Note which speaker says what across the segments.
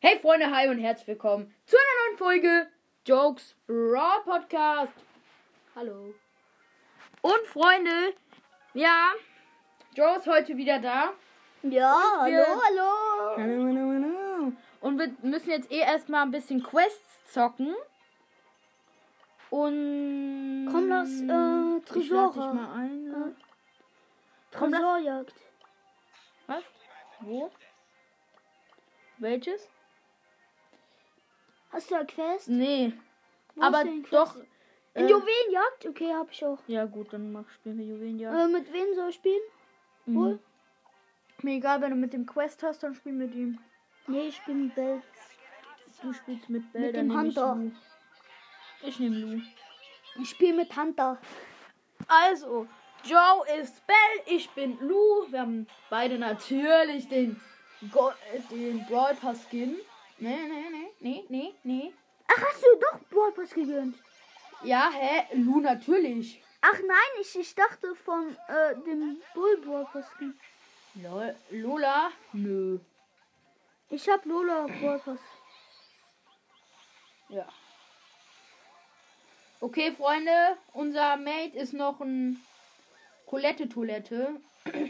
Speaker 1: Hey Freunde, hi und herzlich willkommen zu einer neuen Folge Jokes Raw Podcast. Hallo. Und Freunde, ja, Joe ist heute wieder da
Speaker 2: Ja,
Speaker 1: wir-
Speaker 2: hallo, hallo.
Speaker 1: und wir müssen jetzt eh erstmal ein bisschen Quests zocken. Und
Speaker 2: Komm, lass, äh,
Speaker 1: Ich lade dich
Speaker 2: Tresore.
Speaker 1: mal ein. ne? Komm, lass-
Speaker 2: Tresorjagd. Äh.
Speaker 1: Was? Wo? Welches?
Speaker 2: Hast du eine Quest?
Speaker 1: Nee,
Speaker 2: Wo
Speaker 1: aber
Speaker 2: ist denn die Quest?
Speaker 1: doch.
Speaker 2: In
Speaker 1: äh,
Speaker 2: Juwelenjagd? Okay, hab ich auch.
Speaker 1: ja gut, dann mach, spielen wir Juwelenjagd.
Speaker 2: Äh, mit wem soll ich spielen?
Speaker 1: Mhm.
Speaker 2: Wohl?
Speaker 1: Mir egal, wenn du mit dem Quest hast, dann spiel mit ihm.
Speaker 2: Nee, ich spiele mit Bell.
Speaker 1: Du spielst mit Bell,
Speaker 2: Mit
Speaker 1: dann nehm
Speaker 2: dem
Speaker 1: ich
Speaker 2: Hunter.
Speaker 1: Lou. Ich nehme Lou.
Speaker 2: Ich spiele mit Hunter.
Speaker 1: Also, Joe ist Bell, ich bin Lou. Wir haben beide natürlich den, Go äh, den Brawl Pass Skin. Nee, nee, nee, nee, nee, nee.
Speaker 2: Ach, hast du doch Broadpass gegönnt?
Speaker 1: Ja, hä? Lou natürlich.
Speaker 2: Ach nein, ich, ich dachte von äh, dem Bull Broadpass.
Speaker 1: Lol. Lola? Nö.
Speaker 2: Ich hab Lola Broadpass.
Speaker 1: Ja. Okay, Freunde, unser Mate ist noch ein Colette-Toilette.
Speaker 2: Eine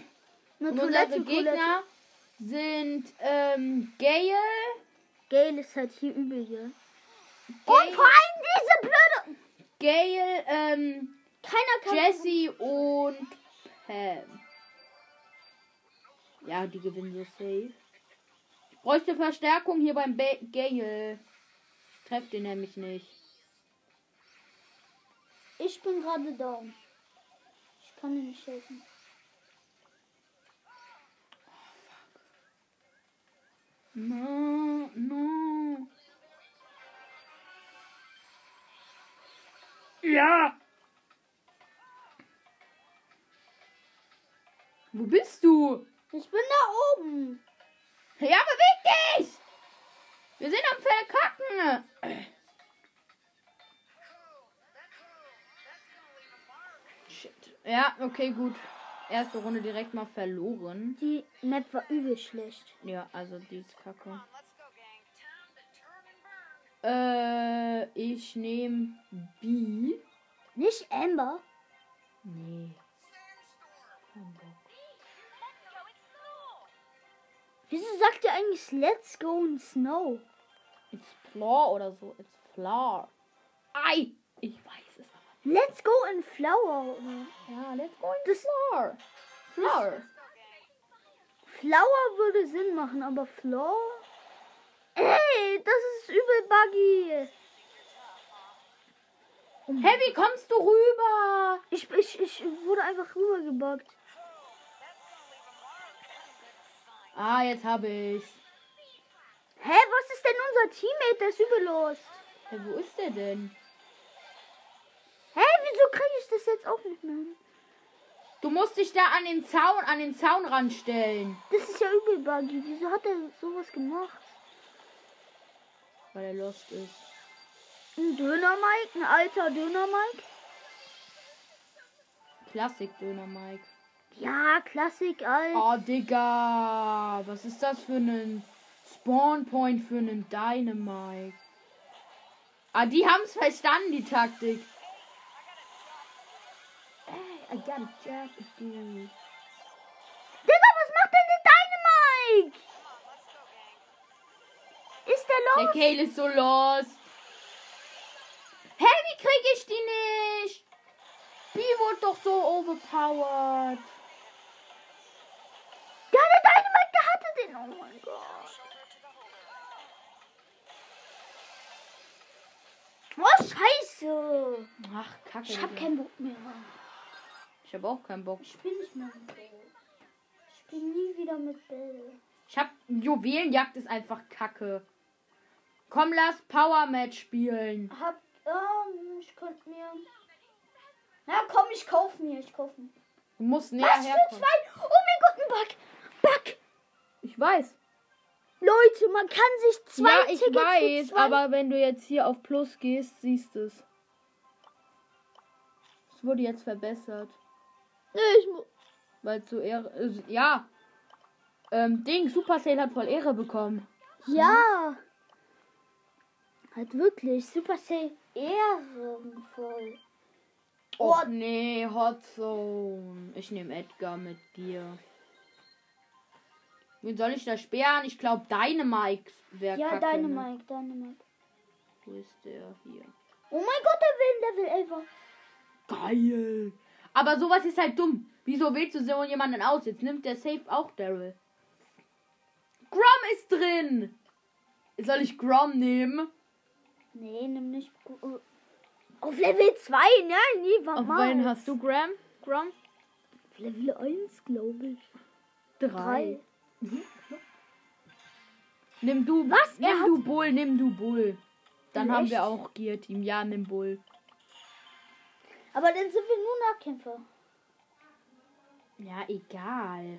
Speaker 1: Und unsere
Speaker 2: Toilette, Toilette.
Speaker 1: Gegner sind ähm, Gale.
Speaker 2: Gale ist halt hier übel, hier. Und vor
Speaker 1: Gale,
Speaker 2: allem diese blöde...
Speaker 1: Gale ähm,
Speaker 2: Keiner kann...
Speaker 1: Jesse und Pam. Ja, die gewinnen so safe. Ich bräuchte Verstärkung hier beim Ba- Gale. Ich treffe den nämlich nicht.
Speaker 2: Ich bin gerade down. Ich kann dir nicht helfen.
Speaker 1: No, no. Ja! Wo bist du?
Speaker 2: Ich bin da oben.
Speaker 1: Ja, beweg dich! Wir sind am Verkacken! Shit. Ja, okay, gut. Erste Runde direkt mal verloren.
Speaker 2: Die Map war übel schlecht.
Speaker 1: Ja, also die ist kacke. Äh, ich nehme B.
Speaker 2: Nicht Amber?
Speaker 1: Nee. Kein Bock.
Speaker 2: Wieso sagt ihr eigentlich Let's Go in Snow?
Speaker 1: It's Floor oder so. It's Floor. Ei! Ich weiß es aber.
Speaker 2: Let's Go in Flower. oder?
Speaker 1: Ja, let's go in
Speaker 2: Das-
Speaker 1: Floor. Floor.
Speaker 2: Flower würde Sinn machen, aber Flower? Ey, das ist übel buggy.
Speaker 1: Hey, wie kommst du rüber?
Speaker 2: Ich, ich, ich wurde einfach rübergebuggt.
Speaker 1: Ah, jetzt habe ich.
Speaker 2: Hä, was ist denn unser Teammate? Der ist übel los.
Speaker 1: Hey, wo ist der denn?
Speaker 2: Hä, wieso kriege ich das jetzt auch nicht mehr hin?
Speaker 1: Du musst dich da an den Zaun, an den Zaun ranstellen.
Speaker 2: Das ist ja übel buggy. Wieso hat er sowas gemacht?
Speaker 1: Weil er lost ist.
Speaker 2: Ein Döner Mike, ein alter Döner Mike.
Speaker 1: Klassik-Döner, Mike.
Speaker 2: Ja, Klassik, alt.
Speaker 1: Oh, Digga. Was ist das für ein Spawn-Point für einen Dynamite? Ah, die haben's verstanden, die Taktik. Ey, I got a jack, dude.
Speaker 2: Digga, was macht denn der Dynamike? Ist der
Speaker 1: Der
Speaker 2: los?
Speaker 1: Kale ist so los. Hey, wie krieg ich die nicht? Die wurde doch so overpowered.
Speaker 2: ja, der Dynamike, der hatte den. Oh mein Gott. Oh, scheiße.
Speaker 1: Ach, kacke.
Speaker 2: Ich hab
Speaker 1: Digga.
Speaker 2: keinen Bock mehr.
Speaker 1: ich hab auch keinen Bock.
Speaker 2: Ich bin nicht mehr mit Bell. Ich bin nie wieder mit Bell.
Speaker 1: Ich hab. Juwelenjagd ist einfach kacke. Komm, lass Power Match spielen.
Speaker 2: Hab, ähm, ich könnte mir... Na komm, ich kauf mir, ich kauf mir.
Speaker 1: Du musst näher
Speaker 2: Was für
Speaker 1: herkommen.
Speaker 2: zwei? Oh mein Gott, ein Bug! Bug!
Speaker 1: Ich weiß.
Speaker 2: Leute, man kann sich zwei
Speaker 1: ja, ich
Speaker 2: Tickets
Speaker 1: weiß,
Speaker 2: für zwei...
Speaker 1: aber wenn du jetzt hier auf Plus gehst, siehst du es. Es wurde jetzt verbessert.
Speaker 2: Nee, ich mu-
Speaker 1: also, Weil zu Ehre. Äh, ja. Ähm, Ding, Supercell hat voll Ehre bekommen.
Speaker 2: Ja. Hm. Halt wirklich. Supercell ehrenvoll.
Speaker 1: Oh
Speaker 2: Oh.
Speaker 1: nee, Hot Zone. Ich nehme Edgar mit dir. Wen soll ich da sperren? Ich glaube, deine Mike wäre
Speaker 2: Ja,
Speaker 1: kacke,
Speaker 2: deine
Speaker 1: ne?
Speaker 2: Mike, deine Mike.
Speaker 1: Wo ist der hier?
Speaker 2: Oh mein Gott, er will ein Level 11.
Speaker 1: Geil. Aber sowas ist halt dumm. Wieso wählst du so jemanden aus? Jetzt nimmt der Safe auch Daryl. Grom ist drin. Soll ich Grom nehmen?
Speaker 2: Nee, nimm nicht. oh. Auf Level 2, nein, nie, war
Speaker 1: Auf
Speaker 2: mal.
Speaker 1: wen hast du Grom? Grom?
Speaker 2: Auf Level 1, glaube ich. Drei.
Speaker 1: Nimm du.
Speaker 2: Was? Er
Speaker 1: Nimm
Speaker 2: hat-
Speaker 1: du Bull, nimm du Bull. Dann
Speaker 2: In
Speaker 1: haben
Speaker 2: echt?
Speaker 1: wir auch Gear Team. Ja, nimm Bull.
Speaker 2: Aber dann sind wir nur Nahkämpfer.
Speaker 1: Ja, egal.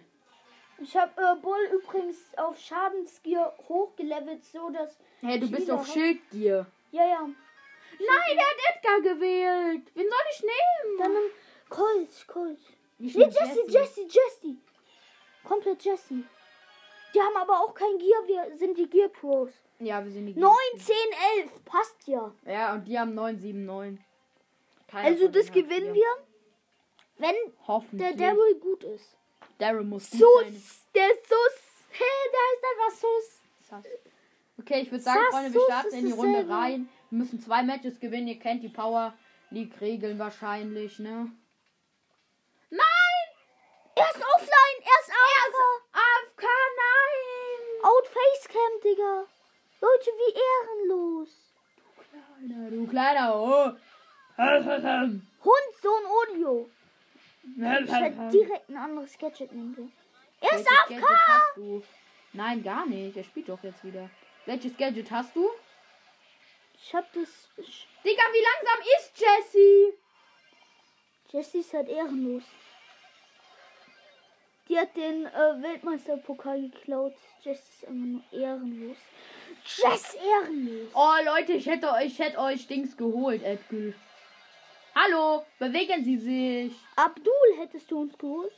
Speaker 2: Ich habe äh, Bull übrigens auf Schadensgier hochgelevelt, so dass.
Speaker 1: Hey, du
Speaker 2: Ich
Speaker 1: bist
Speaker 2: will
Speaker 1: auf
Speaker 2: doch-
Speaker 1: Schildgier.
Speaker 2: Ja, ja.
Speaker 1: Nein, er hat Edgar gewählt. Wen soll ich nehmen?
Speaker 2: Dann nimm Colt, Colt.
Speaker 1: ich
Speaker 2: Nee,
Speaker 1: nehm
Speaker 2: Jesse, Jesse, Jesse. Komplett Jesse. Die haben aber auch kein Gear, wir sind die Gear Pros.
Speaker 1: Ja, wir sind die
Speaker 2: 9, 10, 11, passt ja.
Speaker 1: Ja, und die haben 979. Keiner
Speaker 2: Also
Speaker 1: von
Speaker 2: das
Speaker 1: denen hat
Speaker 2: gewinnen
Speaker 1: vier.
Speaker 2: wir, wenn der
Speaker 1: Hoffentlich.
Speaker 2: Daryl gut ist.
Speaker 1: Daryl muss gut sein.
Speaker 2: Sus, der Sus. Hey, da ist einfach Sus.
Speaker 1: Sass. Okay, ich würde sagen,
Speaker 2: Sass,
Speaker 1: Freunde, wir
Speaker 2: Sus
Speaker 1: starten
Speaker 2: ist
Speaker 1: in die Runde
Speaker 2: dasselbe.
Speaker 1: rein. Wir müssen zwei Matches gewinnen. Ihr kennt die Power League-Regeln wahrscheinlich, ne? Nein!
Speaker 2: Er ist offline, er ist Alpha.
Speaker 1: AFK, nein!
Speaker 2: Out Facecam, Digga. Leute, wie ehrenlos.
Speaker 1: Alter, du kleiner Oh!
Speaker 2: Hund, Sohn, Audio. Ich hätte direkt ein anderes Gadget nehmen können. Er ist
Speaker 1: Welches Gadget
Speaker 2: AFK.
Speaker 1: hast du? Nein, gar nicht. Er spielt doch jetzt wieder. Welches Gadget hast du?
Speaker 2: Ich hab das... Ich,
Speaker 1: Digga, wie langsam ist Jesse?
Speaker 2: Jessie ist halt ehrenlos. Die hat den äh, Weltmeisterpokal geklaut. Jessie ist immer nur ehrenlos. Jess ehrenlos.
Speaker 1: Oh Leute, ich hätte euch, ich hätte euch Dings geholt, Edgül. Hallo, bewegen Sie sich.
Speaker 2: Abdul hättest du uns geholt.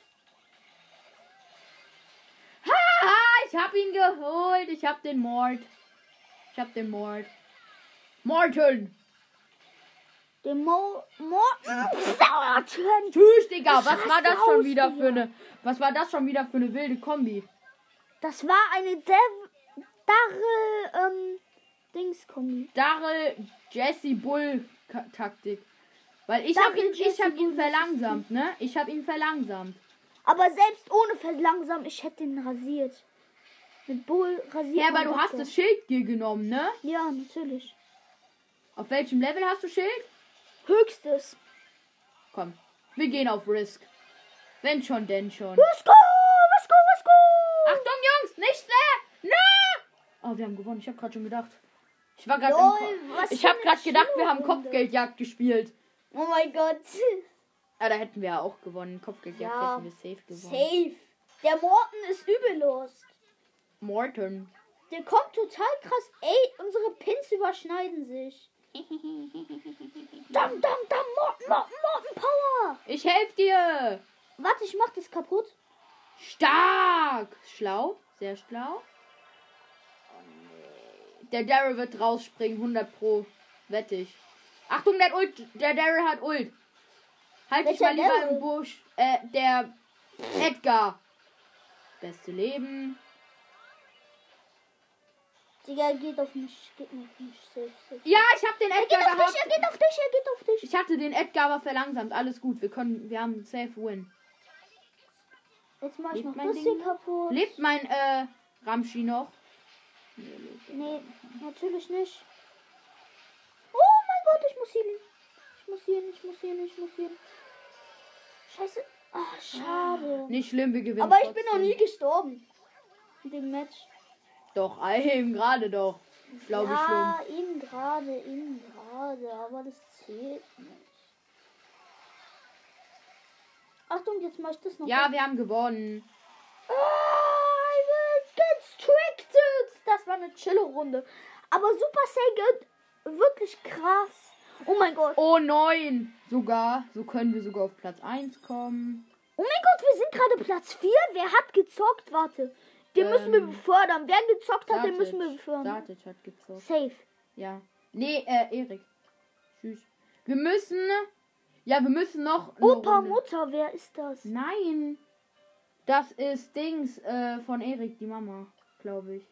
Speaker 1: Haha, ich hab ihn geholt. Ich hab den Mord. Ich hab den Mord. Morten.
Speaker 2: Den Mo... Morten... Sauertön.
Speaker 1: Tschüss, Digga. Was
Speaker 2: Ich
Speaker 1: war das
Speaker 2: raste
Speaker 1: schon
Speaker 2: aus,
Speaker 1: wieder
Speaker 2: Digga.
Speaker 1: für eine? Was war das schon wieder für eine wilde Kombi?
Speaker 2: Das war eine Dev... Darre... Ähm... Dingskombi.
Speaker 1: Darrell, Jesse Bull Ka- Taktik. Weil ich
Speaker 2: Darrell,
Speaker 1: hab ihn, ich
Speaker 2: Jesse
Speaker 1: hab ihn
Speaker 2: Bull, das ist
Speaker 1: verlangsamt, ne? Ich hab ihn verlangsamt.
Speaker 2: Aber selbst ohne Verlangsamen, ich hätte ihn rasiert. Mit Bull rasiert.
Speaker 1: Ja, aber
Speaker 2: man
Speaker 1: du
Speaker 2: doch
Speaker 1: hast
Speaker 2: so.
Speaker 1: das Schild dir genommen, ne?
Speaker 2: Ja, natürlich.
Speaker 1: Auf welchem Level hast du Schild?
Speaker 2: Höchstes.
Speaker 1: Komm, wir gehen auf Risk. Wenn schon, denn schon.
Speaker 2: Let's go! Let's go! Let's go!
Speaker 1: Achtung, Jungs, nicht sehr! No! Oh, wir haben gewonnen. Ich habe gerade schon gedacht. Ich war gerade.
Speaker 2: Lol,
Speaker 1: im Ko-
Speaker 2: was
Speaker 1: Ich
Speaker 2: für
Speaker 1: habe
Speaker 2: eine
Speaker 1: gerade gedacht, wir haben
Speaker 2: Schulrunde.
Speaker 1: Kopfgeldjagd gespielt.
Speaker 2: Oh mein Gott.
Speaker 1: Ah, da hätten wir ja auch gewonnen. Kopfgeldjagd
Speaker 2: Ja,
Speaker 1: hätten wir safe gewonnen.
Speaker 2: Safe. Der Morten ist übel los.
Speaker 1: Morton.
Speaker 2: Der kommt total krass. Ey, unsere Pins überschneiden sich. Dam, dam, dam, Morten, Morten, Morten Power.
Speaker 1: Ich helfe dir!
Speaker 2: Warte, ich mach das kaputt.
Speaker 1: Stark! Schlau, sehr schlau. Der Daryl wird rausspringen, 100 pro. Wette ich. Achtung, der hat Ult. Der Daryl hat Ult. Halt dich
Speaker 2: Welcher
Speaker 1: mal lieber
Speaker 2: Daryl?
Speaker 1: im Busch. Äh, der Edgar. Beste Leben.
Speaker 2: Digga, geht auf mich. Geht auf mich. Safe, safe.
Speaker 1: Ja, ich hab den
Speaker 2: Er geht
Speaker 1: Edgar
Speaker 2: auf dich,
Speaker 1: gehabt.
Speaker 2: er geht auf dich, er geht auf dich.
Speaker 1: Ich hatte den Edgar aber verlangsamt. Alles gut, wir können, wir haben safe win.
Speaker 2: Jetzt mach ich
Speaker 1: Lebt
Speaker 2: noch
Speaker 1: mein
Speaker 2: das
Speaker 1: Ding
Speaker 2: hier
Speaker 1: noch?
Speaker 2: kaputt.
Speaker 1: Lebt mein äh, Ramschi noch?
Speaker 2: Nee, natürlich nicht. Oh mein Gott, ich muss healen. Ich muss healen, ich muss healen, ich muss healen. Scheiße. Ach, schade.
Speaker 1: Nicht schlimm, wir gewinnen.
Speaker 2: Aber ich bin noch
Speaker 1: trotzdem.
Speaker 2: nie gestorben. In dem Match.
Speaker 1: Doch, eben gerade doch. Glaube ich schon.
Speaker 2: ja, eben gerade, eben gerade. Aber das zählt nicht. Achtung, jetzt mach ich das noch.
Speaker 1: Ja,
Speaker 2: mal.
Speaker 1: wir haben gewonnen.
Speaker 2: Ah, I will get tricked. Das war eine chille Runde. Aber Super Saiyan wirklich krass. Oh mein Gott.
Speaker 1: Oh nein! Sogar, so können wir sogar auf Platz 1 kommen.
Speaker 2: Oh mein Gott, wir sind gerade Platz 4. Wer hat gezockt? Warte. Den müssen wir
Speaker 1: Ähm,
Speaker 2: befördern. Wer gezockt hat, den
Speaker 1: Sartic.
Speaker 2: müssen wir befördern.
Speaker 1: Sartic hat gezockt.
Speaker 2: Safe.
Speaker 1: Ja. Nee, äh, Erik. Tschüss. Wir müssen. Ja, wir müssen noch. eine
Speaker 2: Opa,
Speaker 1: Runde-
Speaker 2: Mutter, wer ist das?
Speaker 1: Nein. Das ist Dings äh, von Erik, die Mama, glaube ich.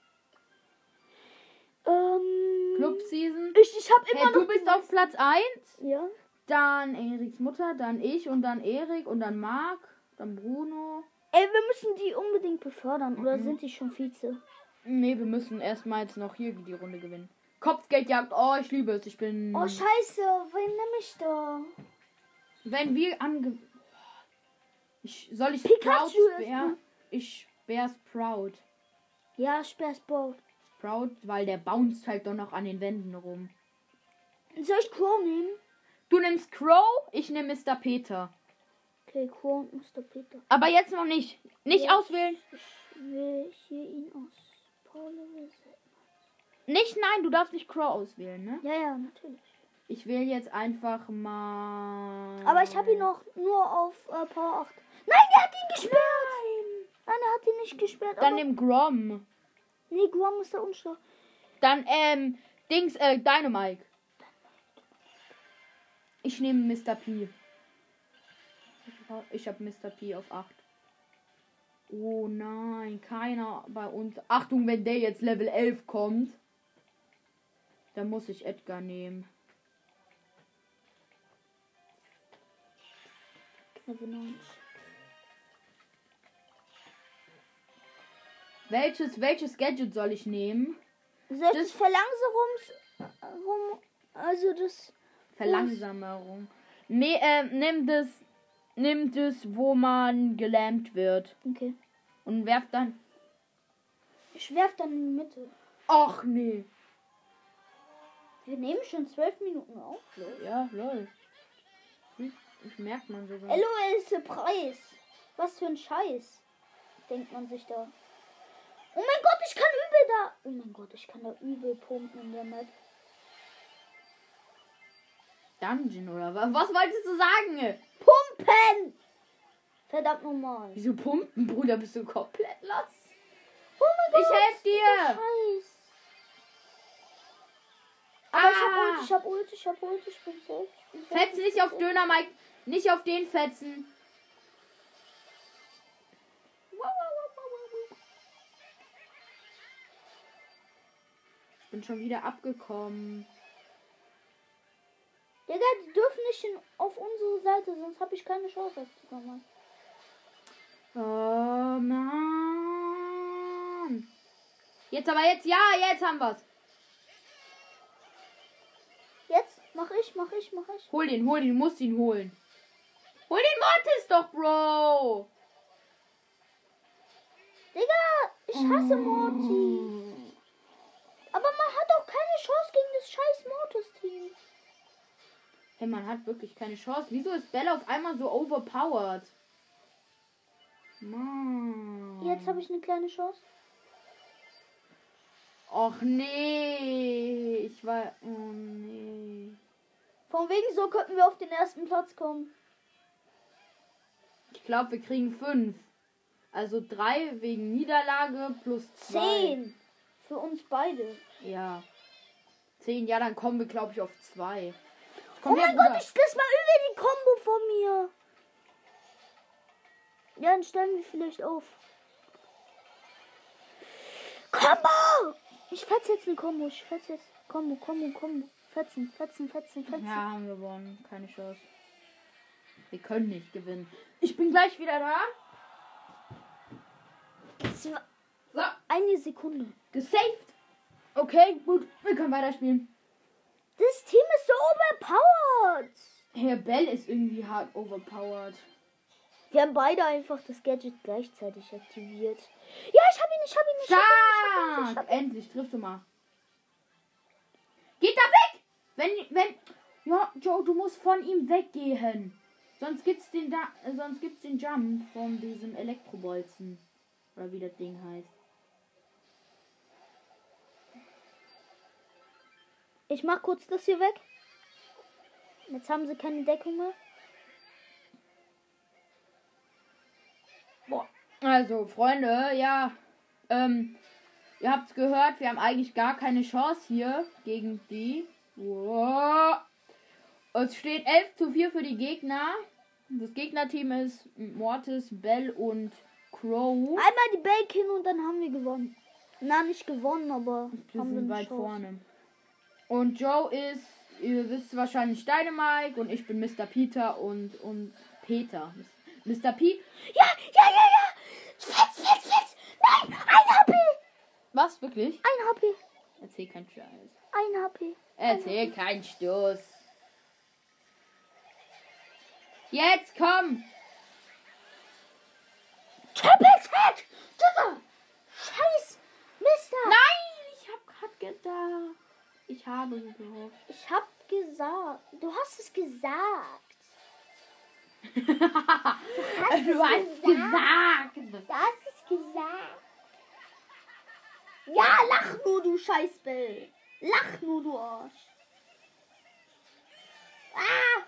Speaker 2: Ähm,
Speaker 1: Club Season.
Speaker 2: Ich, ich hab immer
Speaker 1: Hey, du
Speaker 2: noch...
Speaker 1: bist auf Platz 1,
Speaker 2: Ja.
Speaker 1: dann Eriks Mutter, dann ich und dann Erik und dann Marc, dann Bruno.
Speaker 2: Ey, wir müssen die unbedingt befördern. Oder
Speaker 1: Mhm.
Speaker 2: sind die schon Vize?
Speaker 1: Nee, wir müssen erstmal jetzt noch hier die Runde gewinnen. Kopfgeldjagd, oh, ich liebe es. Ich bin.
Speaker 2: Oh, scheiße. Wen nehme ich da?
Speaker 1: Wenn wir ange. Ich, soll ich
Speaker 2: Pikachu
Speaker 1: Sprout
Speaker 2: ist
Speaker 1: Spear?
Speaker 2: gut.
Speaker 1: Ich Spear Sprout.
Speaker 2: Ja, Sperrsbau.
Speaker 1: Sprout, weil der bounced halt doch noch an den Wänden rum.
Speaker 2: Soll ich Crow nehmen?
Speaker 1: Du nimmst Crow, ich nehme Mr. Peter.
Speaker 2: Okay, Crow und Mr. Peter.
Speaker 1: Aber jetzt noch nicht. Nicht
Speaker 2: Ja.
Speaker 1: auswählen.
Speaker 2: Ich will hier ihn aus. Paul
Speaker 1: Nicht, nein, du darfst nicht Crow auswählen, ne?
Speaker 2: ja, ja, natürlich.
Speaker 1: Ich wähle jetzt einfach mal.
Speaker 2: Aber ich habe ihn noch nur auf äh, Power 8. Nein, er hat ihn gesperrt! Nein, er hat ihn nicht gesperrt.
Speaker 1: Dann
Speaker 2: aber
Speaker 1: nimm Grom.
Speaker 2: nee, Guam ist der Unschlag.
Speaker 1: Dann, ähm, Dings, äh, Dynamike. Ich nehme Mr. P. Ich habe Mr. P auf 8. Oh nein, keiner bei uns. Achtung, wenn der jetzt Level 11 kommt, dann muss ich Edgar nehmen.
Speaker 2: Level 9.
Speaker 1: Welches, welches Gadget soll ich nehmen?
Speaker 2: Soll ich
Speaker 1: Das-
Speaker 2: das Verlangsamungs... Rum, also das...
Speaker 1: Verlangsamerung. Nee, äh, nimm das, nimm das, wo man gelähmt wird.
Speaker 2: Okay.
Speaker 1: Und werf dann
Speaker 2: Ich werf dann in die Mitte.
Speaker 1: Ach nee.
Speaker 2: Wir nehmen schon 12 Minuten auf.
Speaker 1: Ja, lol. Hm, Das merkt man sogar.
Speaker 2: Hello ist der Preis. Was für ein Scheiß, denkt man sich da. Oh mein Gott, ich kann übel da. Oh mein Gott, ich kann da übel pumpen in der Map.
Speaker 1: Dungeon oder was? Was wolltest du sagen?
Speaker 2: Pumpen! Verdammt normal.
Speaker 1: Wieso pumpen, Bruder? Bist du komplett los?
Speaker 2: Oh mein Gott.
Speaker 1: Ich helf
Speaker 2: dieser
Speaker 1: dir.
Speaker 2: Scheiß. Aber ich hab Ult,
Speaker 1: Ah!
Speaker 2: ich hab Ult, ich hab Ult, ich bin safe. ich bin safe,
Speaker 1: Fetz
Speaker 2: ich
Speaker 1: nicht
Speaker 2: bin
Speaker 1: auf
Speaker 2: safe.
Speaker 1: Döner, Mike. Nicht auf den Fetzen.
Speaker 2: Wow, wow, wow, wow, wow, wow.
Speaker 1: Ich bin schon wieder abgekommen.
Speaker 2: Digga, die dürfen nicht in, auf unsere Seite, sonst hab ich keine Chance aufzukommen.
Speaker 1: Oh Mann. Jetzt aber jetzt. Ja, jetzt haben wir's.
Speaker 2: Jetzt mach ich, mach ich, mach ich.
Speaker 1: Hol den, hol den, musst ihn holen. Hol den Mortis doch, Bro.
Speaker 2: Digga, ich hasse Morty. Aber man hat auch keine Chance gegen das scheiß Mortis-Team.
Speaker 1: Hey, man hat wirklich keine Chance. Wieso ist Bella auf einmal so overpowered? Mann.
Speaker 2: Jetzt habe ich eine kleine Chance.
Speaker 1: Och nee. Ich war. Oh nee.
Speaker 2: Von wegen so könnten wir auf den ersten Platz kommen.
Speaker 1: Ich glaube, wir kriegen fünf. Also drei wegen Niederlage plus zwei.
Speaker 2: Zehn. Für uns beide.
Speaker 1: Ja. Zehn, ja, dann kommen wir, glaube ich, auf zwei.
Speaker 2: oh mein Gott, ich, das war über die Combo von mir. Ja, dann stellen wir vielleicht auf. Combo! Ich fetze jetzt eine Combo. Ich fetze jetzt. Combo, Combo, Combo. Fetzen, fetzen, fetzen, fetzen.
Speaker 1: Ja, haben wir gewonnen. Keine Chance. Wir können nicht gewinnen. Ich bin gleich wieder da.
Speaker 2: Das war
Speaker 1: So.
Speaker 2: eine Sekunde.
Speaker 1: Gesaved. Okay, gut. Wir können weiterspielen.
Speaker 2: Das Team ist so overpowered.
Speaker 1: Herr Bell ist irgendwie hart overpowered.
Speaker 2: Wir haben beide einfach das Gadget gleichzeitig aktiviert. Ja, ich hab ihn, ich hab ihn, ich hab ihn, ich hab ihn, ich
Speaker 1: Stark!
Speaker 2: hab ihn.
Speaker 1: Endlich, triffst du mal. Geht da weg! Wenn, wenn. Ja, Joe, du musst von ihm weggehen. Sonst gibt's den da, äh, sonst gibt's den Jump von diesem Elektrobolzen. Oder wie das Ding heißt.
Speaker 2: Ich mach kurz das hier weg. Jetzt haben sie keine Deckung mehr.
Speaker 1: Boah. Also, Freunde, ja. Ähm, ihr habt's gehört, wir haben eigentlich gar keine Chance hier gegen die. Wow. Es steht 11 zu 4 für die Gegner. Das Gegnerteam ist Mortis, Bell und Crow.
Speaker 2: Einmal die Bacon und dann haben wir gewonnen. Na, nicht gewonnen, aber
Speaker 1: Wir
Speaker 2: haben wir
Speaker 1: sind
Speaker 2: eine
Speaker 1: weit
Speaker 2: Chance.
Speaker 1: vorne. Und Joe ist, ihr wisst wahrscheinlich, Dynamike und ich bin Mr. Peter und, und Peter. Mr. P.
Speaker 2: Ja, ja, ja, ja! Fetz, fetz, fetz! Nein! Ein HP!
Speaker 1: Was? Wirklich?
Speaker 2: Ein HP!
Speaker 1: Erzähl keinen Scheiß.
Speaker 2: Ein HP!
Speaker 1: Erzähl keinen Stoß. Jetzt komm!
Speaker 2: Triple Head! Digga! Scheiß! Mister!
Speaker 1: Nein! Ich hab grad gedacht. Ich habe gehofft.
Speaker 2: Ich hab gesagt. Du hast es gesagt.
Speaker 1: du hast gesagt.
Speaker 2: Du hast es gesagt. Ja, lach nur, du Scheißbell. Lach nur, du Arsch. Ah!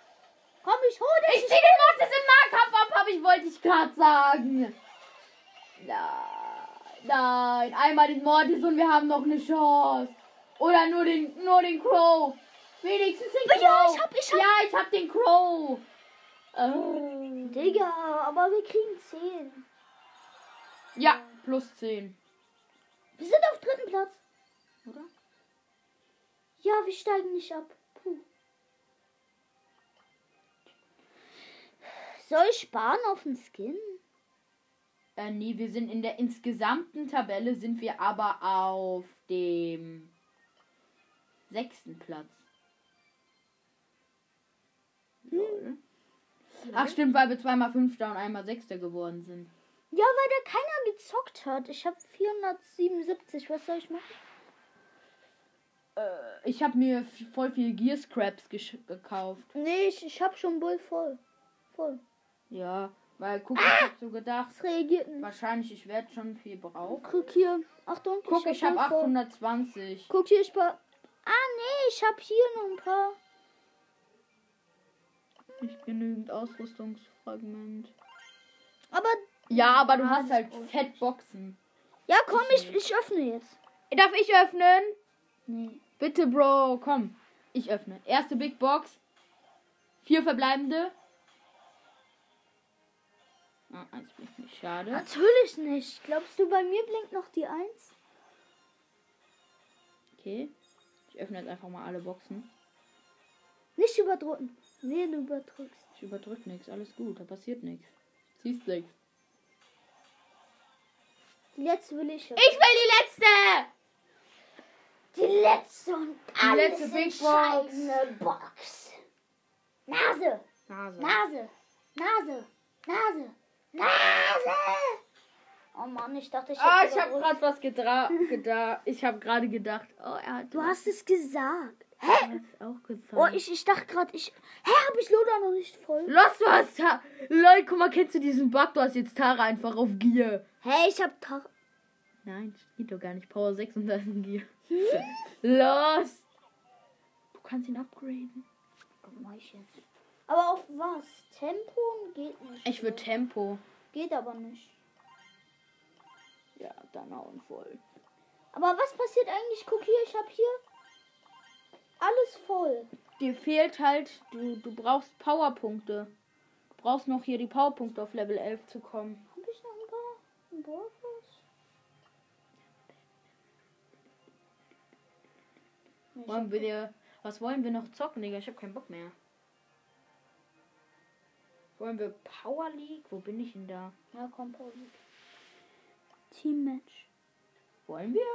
Speaker 2: Komm, ich hol dich.
Speaker 1: Ich zieh den Mortis im Nahkampf ab, hab ich, wollte ich gerade sagen. Nein, nein. Einmal den Mortis und wir haben noch eine Chance. Oder nur den, nur den Crow. Wenigstens den Crow.
Speaker 2: Ja, ich hab- ich hab-
Speaker 1: Ja, ich hab den Crow. Äh.
Speaker 2: Oh. Digga, aber wir kriegen 10.
Speaker 1: Ja, plus 10.
Speaker 2: Wir sind auf dritten Platz.
Speaker 1: Oder?
Speaker 2: Ja, wir steigen nicht ab. Puh. Soll ich sparen auf den Skin?
Speaker 1: Äh, nee, wir sind in der insgesamten Tabelle sind wir aber auf dem sechsten Platz. Lol. Ach stimmt, weil wir zweimal Fünfter und einmal Sechster geworden sind.
Speaker 2: Ja, weil da keiner gezockt hat. Ich habe 477. Was soll ich machen?
Speaker 1: Ich habe mir f- voll viel Gear Scraps gesch- gekauft.
Speaker 2: Nee, ich, ich habe schon Bull voll. Voll.
Speaker 1: Ja, weil guck, ich hab so gedacht,
Speaker 2: Es reagiert nicht.
Speaker 1: wahrscheinlich ich werde schon viel brauchen.
Speaker 2: Guck hier. Achtung,
Speaker 1: Guck, ich
Speaker 2: hab
Speaker 1: habe
Speaker 2: Bull voll.
Speaker 1: 820.
Speaker 2: Guck hier, ich war. Ah, nee, ich habe hier noch ein paar.
Speaker 1: Nicht genügend Ausrüstungsfragment.
Speaker 2: Aber.
Speaker 1: Ja, aber du
Speaker 2: Ah,
Speaker 1: hast
Speaker 2: das
Speaker 1: halt
Speaker 2: brauch ich
Speaker 1: Fettboxen.
Speaker 2: Ja, komm, ich, ich öffne jetzt.
Speaker 1: Darf ich öffnen?
Speaker 2: Nee.
Speaker 1: Bitte, Bro, komm. Ich öffne. Erste Big Box. Vier verbleibende. Ah, eins blinkt nicht. Schade.
Speaker 2: Natürlich nicht. Glaubst du, bei mir blinkt noch die 1?
Speaker 1: Okay. Ich öffne jetzt einfach mal alle Boxen.
Speaker 2: Nicht überdrücken. Nee, du überdrückst.
Speaker 1: Ich überdrück nichts. Alles gut. Da passiert nichts. Siehst nichts.
Speaker 2: Die letzte will ich.
Speaker 1: Ich will die letzte!
Speaker 2: Die letzte und alles
Speaker 1: letzte Big
Speaker 2: entscheidende Box. Nase,
Speaker 1: Nase.
Speaker 2: Nase, Nase, Nase, Nase. Oh Mann, ich dachte, ich
Speaker 1: Ah,
Speaker 2: hätte
Speaker 1: ich habe gerade
Speaker 2: überdrückt.
Speaker 1: was gedra geda Ich habe gerade gedacht. Oh, er hat
Speaker 2: Du hast es gesagt.
Speaker 1: es auch gesagt.
Speaker 2: Oh, ich, ich dachte gerade, ich. Hä, hab ich Loda noch nicht voll?
Speaker 1: Los, du hast Ta Leute, guck mal, kennst du diesen Bug? Du hast jetzt Tara einfach auf Gier.
Speaker 2: Hä, ich hab Tar.
Speaker 1: Nein, steht doch gar nicht. Power 6 und da ist ein Gier. Los! Hm? Du kannst ihn upgraden.
Speaker 2: Mach ich jetzt. Aber auf was? Tempo geht nicht. ne?
Speaker 1: Ich will Tempo.
Speaker 2: Geht aber nicht.
Speaker 1: Ja, dann hauen voll.
Speaker 2: Aber was passiert eigentlich? Guck hier, ich hab hier alles voll.
Speaker 1: Dir fehlt halt, du, du brauchst Powerpunkte. Du brauchst noch hier die Powerpunkte auf Level 11 zu kommen.
Speaker 2: Hab ich noch ein paar? Ein paar was? Nee, ich
Speaker 1: Wollen wir dir, was wollen wir noch zocken, Digga? Ich hab keinen Bock mehr. Wollen wir Power League? Wo bin ich denn da?
Speaker 2: hab- Ja, komm, Pause. Teammatch.
Speaker 1: Wollen wir?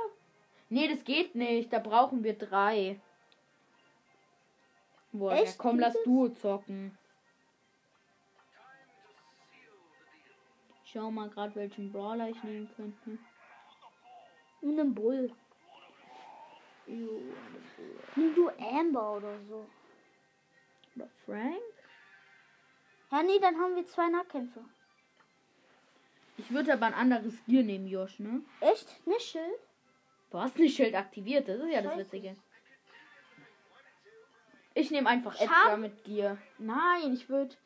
Speaker 1: Nee, das geht nicht. Da brauchen wir drei. Boah, ja,
Speaker 2: Echt?
Speaker 1: komm,
Speaker 2: Geht
Speaker 1: lass
Speaker 2: das?
Speaker 1: Duo zocken. Ich Schau mal gerade, welchen Brawler ich nehmen könnte.
Speaker 2: Und einen Bull.
Speaker 1: Jo,
Speaker 2: Nimm du Amber oder so.
Speaker 1: oder Frank?
Speaker 2: Ja, nee, dann haben wir zwei Nahkämpfe.
Speaker 1: Ich würde aber ein anderes Gear nehmen, Josh, ne?
Speaker 2: Echt? Nicht Schild?
Speaker 1: Du hast nicht Schild aktiviert, das ist ja das
Speaker 2: Scheiße.
Speaker 1: Witzige. Ich nehme einfach
Speaker 2: Scham?
Speaker 1: Edgar mit Gear. Nein, ich würde.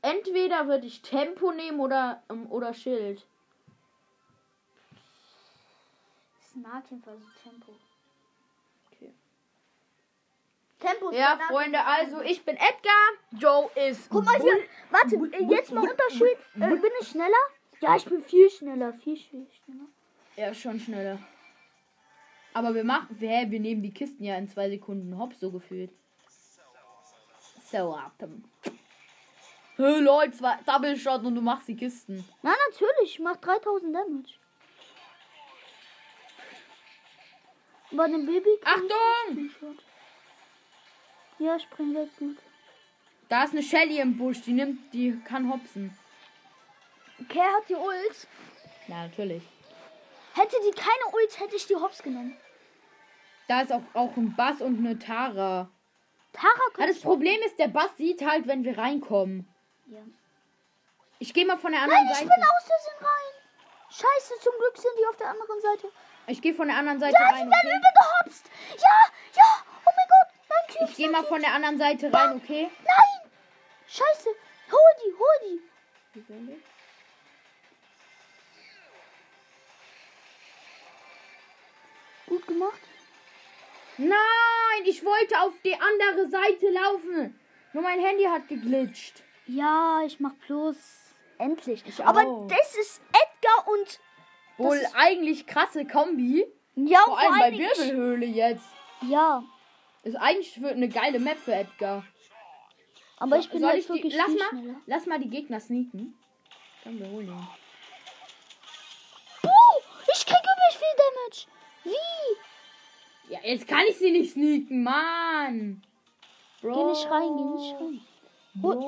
Speaker 1: Entweder würde ich Tempo nehmen oder, ähm, oder Schild.
Speaker 2: ist ein Nahkämpfer, also Tempo.
Speaker 1: Okay.
Speaker 2: Tempo
Speaker 1: Ja,
Speaker 2: ist der Nahkämpfer.
Speaker 1: Freunde, also ich bin Edgar, Joe ist.
Speaker 2: Guck mal hier,
Speaker 1: Bull.
Speaker 2: warte, äh, jetzt mal Unterschied. Äh, bin ich schneller? Ja, ich bin viel schneller, viel, viel schneller.
Speaker 1: Er ist schon schneller. Aber wir machen, hä, wir nehmen die Kisten ja in zwei Sekunden hopp, so gefühlt. So atem. Hey Leute, zwei Double Shot und du machst die Kisten.
Speaker 2: Na, natürlich, ich mach 3000 Damage. Bei dem Baby. krieg ich
Speaker 1: Achtung!
Speaker 2: einen Shot. Ja, spring weg, gut.
Speaker 1: Da ist eine Shelly im Busch, die nimmt, die kann hopsen.
Speaker 2: Kerr hat die Ult.
Speaker 1: Ja, natürlich.
Speaker 2: Hätte die keine Ult, hätte ich die Hops genommen.
Speaker 1: Da ist auch, auch ein Bass und eine Tara.
Speaker 2: Tara
Speaker 1: Ja, das Problem ist, der Bass sieht halt, wenn wir reinkommen.
Speaker 2: Ja.
Speaker 1: Ich gehe mal von der anderen
Speaker 2: Nein, ich
Speaker 1: Seite.
Speaker 2: bin aus Versehen rein. Scheiße, zum Glück sind die auf der anderen Seite.
Speaker 1: Ich gehe von der anderen Seite
Speaker 2: Ja, sie
Speaker 1: rein.
Speaker 2: werden
Speaker 1: Okay?
Speaker 2: übel gehopst. Ja, ja. Oh mein Gott. Nein, Cubes.
Speaker 1: Ich gehe mal von der anderen Seite rein, okay?
Speaker 2: Nein. Scheiße. Hol die, hol die. Gut gemacht.
Speaker 1: Nein, ich wollte auf die andere Seite laufen. Nur mein Handy hat geglitscht.
Speaker 2: Ja, ich mach plus. Endlich.
Speaker 1: Ich
Speaker 2: Aber
Speaker 1: auch.
Speaker 2: das ist Edgar und...
Speaker 1: Wohl
Speaker 2: ist-
Speaker 1: eigentlich krasse Kombi.
Speaker 2: Ja,
Speaker 1: Vor allem bei
Speaker 2: allen Dingen-
Speaker 1: Wirbelhöhle jetzt.
Speaker 2: Ja,
Speaker 1: Ist eigentlich für eine geile Map für Edgar.
Speaker 2: aber ich bin
Speaker 1: Soll
Speaker 2: halt
Speaker 1: ich die,
Speaker 2: wirklich
Speaker 1: lass,
Speaker 2: viel
Speaker 1: mal,
Speaker 2: schneller.
Speaker 1: lass mal die Gegner sneaken. Dann wir holen ihn.
Speaker 2: Buh, ich krieg übelst viel Damage. Wie?
Speaker 1: Ja, jetzt kann ich sie nicht sneaken, Mann. Bro.
Speaker 2: Geh nicht rein, geh nicht rein.
Speaker 1: Bro.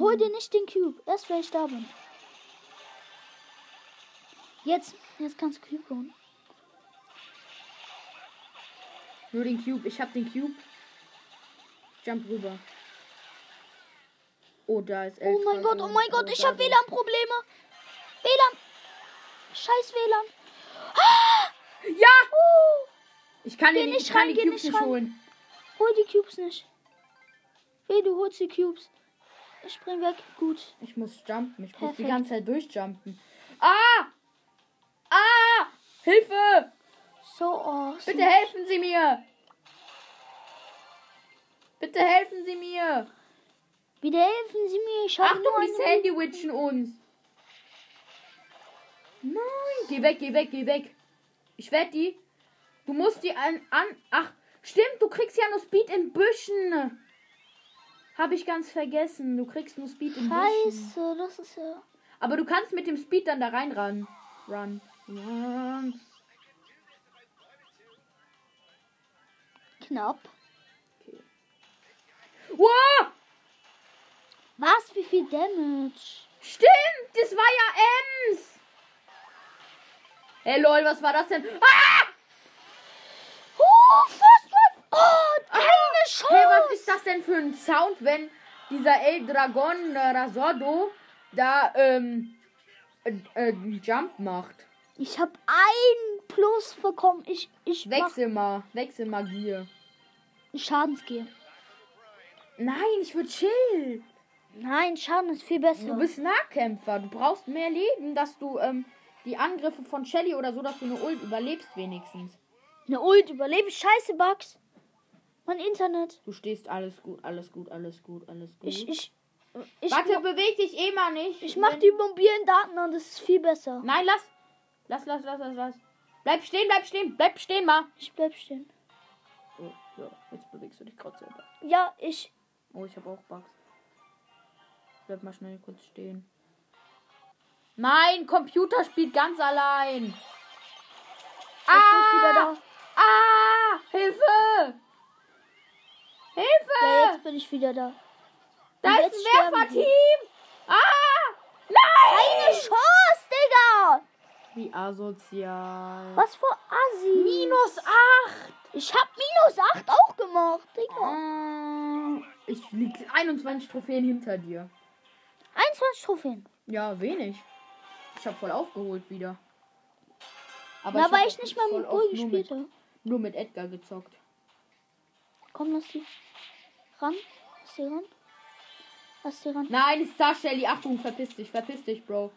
Speaker 2: Hol dir nicht den Cube. Erst wenn ich da bin. Jetzt, jetzt kannst du Cube holen.
Speaker 1: Nur den Cube. Ich hab den Cube. Jump rüber. Oh, da ist
Speaker 2: Oh mein Gott, oh mein Gott, ich habe WLAN-Probleme. WLAN. Scheiß WLAN.
Speaker 1: Ja! Ich kann
Speaker 2: Oh! Geh
Speaker 1: den
Speaker 2: nicht
Speaker 1: ich kann
Speaker 2: rein,
Speaker 1: die
Speaker 2: geh
Speaker 1: Cubes
Speaker 2: nicht
Speaker 1: nicht
Speaker 2: rein.
Speaker 1: holen.
Speaker 2: Hol die Cubes nicht. Weh, du holst die Cubes. Ich spring weg. Gut.
Speaker 1: Ich muss jumpen. Ich muss die
Speaker 2: Perfekt.
Speaker 1: ganze Zeit durchjumpen. Ah! Ah! Hilfe!
Speaker 2: So awesome.
Speaker 1: Bitte helfen Sie mir! Bitte helfen Sie mir!
Speaker 2: Wieder helfen Sie mir. Ich hab
Speaker 1: Achtung,
Speaker 2: nur
Speaker 1: die
Speaker 2: eine-
Speaker 1: Sandy witchen uns! Nein! Geh weg, geh weg, geh weg! Ich werd die. Du musst die an. an ach, stimmt, du kriegst ja nur Speed in Büschen! Hab ich ganz vergessen. Du kriegst nur Speed in Büschen.
Speaker 2: Scheiße, das ist ja.
Speaker 1: Aber du kannst mit dem Speed dann da reinrannen. Run. Run.
Speaker 2: Knapp.
Speaker 1: Wow!
Speaker 2: Was? Wie viel Damage?
Speaker 1: Stimmt, das war ja Ems. Hey lol, was war das denn? Ah!
Speaker 2: Oh, fast mal. Oh, keine Chance.
Speaker 1: Hey, was ist das denn für ein Sound, wenn dieser El Dragon äh, Rasordo da ähm, äh, äh, einen Jump macht?
Speaker 2: Ich hab ein Plus bekommen. Ich, ich mach
Speaker 1: Wechsel mal, wechsel mal Gier.
Speaker 2: Schadensgehe.
Speaker 1: Nein, ich will chill.
Speaker 2: Nein, Schaden ist viel besser.
Speaker 1: Du bist Nahkämpfer. Du brauchst mehr Leben, dass du ähm, die Angriffe von Shelly oder so, dass du eine Ult überlebst wenigstens.
Speaker 2: Eine Ult überlebe ich. Scheiße, Bugs. Mein Internet.
Speaker 1: Du stehst alles gut, alles gut, alles gut, alles gut.
Speaker 2: Ich, ich, ich,
Speaker 1: Warte, beweg dich eh mal nicht.
Speaker 2: ich mach die mobilen Daten an. Das ist viel besser.
Speaker 1: Nein, lass. Lass, lass, lass, lass, lass. Bleib stehen, bleib stehen, bleib stehen mal.
Speaker 2: Ich bleib stehen.
Speaker 1: Oh, ja, jetzt bewegst du dich gerade selber.
Speaker 2: Ja, ich.
Speaker 1: Oh, ich habe auch Bugs. Bleib mal schnell kurz stehen. Mein Computer spielt ganz allein.
Speaker 2: Jetzt bin ich wieder
Speaker 1: Ah!
Speaker 2: da.
Speaker 1: Ah! Hilfe! Hilfe!
Speaker 2: Ja, jetzt bin ich wieder da.
Speaker 1: da
Speaker 2: und
Speaker 1: ist
Speaker 2: jetzt
Speaker 1: ein
Speaker 2: sterben
Speaker 1: Werferteam! Ah! Nein!
Speaker 2: Eine Chance, Digga.
Speaker 1: Wie asozial.
Speaker 2: Was für Assi.
Speaker 1: Minus 8!
Speaker 2: Ich hab minus 8 auch gemacht, Digga.
Speaker 1: Ah, Ich lieg 21 Trophäen hinter dir.
Speaker 2: 21 Trophäen.
Speaker 1: Ja, wenig. Ich habe voll aufgeholt wieder. Aber
Speaker 2: Na,
Speaker 1: hab
Speaker 2: weil ich
Speaker 1: auch
Speaker 2: nicht mal
Speaker 1: voll
Speaker 2: mit
Speaker 1: oft
Speaker 2: Bull
Speaker 1: nur
Speaker 2: gespielt
Speaker 1: mit,
Speaker 2: habe.
Speaker 1: nur mit Edgar gezockt.
Speaker 2: Komm, lass die. Ran. Lass die ran. Lass die ran.
Speaker 1: Nein, ist Star Shelly. Achtung, verpiss dich, verpiss dich, Bro.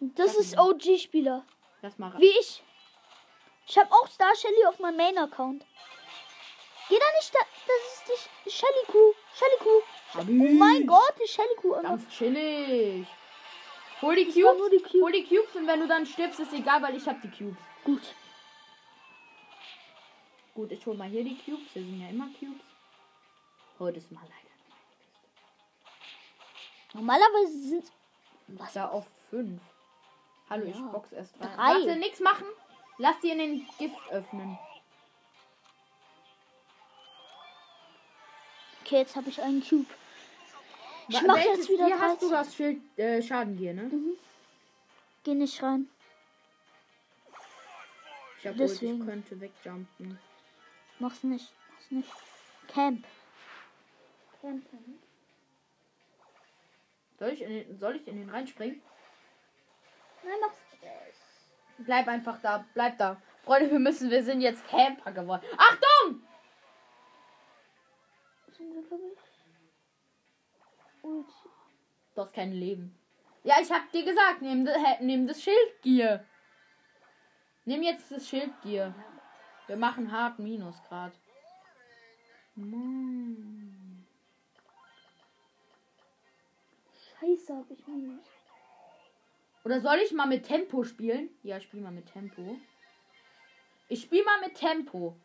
Speaker 2: Das ist OG-Spieler.
Speaker 1: Lass mal rein.
Speaker 2: Wie ich. Ich habe auch Star Shelly auf meinem Main-Account. Geh da nicht, da, das ist die Shelly Kuh. Shelly Kuh.
Speaker 1: Habi.
Speaker 2: Oh mein Gott, die Shelly Kuh. immer.
Speaker 1: Ganz chillig. Hol die
Speaker 2: war
Speaker 1: Cubes.
Speaker 2: nur die Cubes.
Speaker 1: Hol die Cubes und wenn du dann stirbst, ist egal, weil ich hab die Cubes.
Speaker 2: Gut.
Speaker 1: Gut, ich hol mal hier die Cubes. Hier sind ja immer Cubes. Heute ist mal leider.
Speaker 2: Normalerweise sind
Speaker 1: Was da auf 5. Hallo, ich
Speaker 2: Ja.
Speaker 1: box erst rein.
Speaker 2: Drei.
Speaker 1: Warte, nix machen. Lass die in den Gift öffnen.
Speaker 2: Okay, jetzt habe ich einen Cube. Ich
Speaker 1: Wa-
Speaker 2: mach
Speaker 1: welches
Speaker 2: jetzt wieder Mhm.
Speaker 1: Tier hast du
Speaker 2: 13.
Speaker 1: das Schild äh, Schaden dir, ne?
Speaker 2: Geh nicht rein.
Speaker 1: Ich hab geholt, ich
Speaker 2: Deswegen.
Speaker 1: könnte wegjumpen.
Speaker 2: Mach's nicht. Mach's nicht. Camp.
Speaker 1: Soll ich in den, soll ich in den reinspringen?
Speaker 2: Nein, mach's.
Speaker 1: Bleib einfach da, bleib da. Freunde, wir müssen, wir sind jetzt Camper geworden. Achtung! Du hast kein Leben. Ja, ich hab dir gesagt, nimm, das- hä- nimm das Schildgier. Nimm jetzt das Schildgier. Wir machen hart Minusgrad. Mann.
Speaker 2: Scheiße, hab ich mir nicht.
Speaker 1: Oder soll ich mal mit Tempo spielen? Ja, ich spiel mal mit Tempo. Ich spiel mal mit Tempo.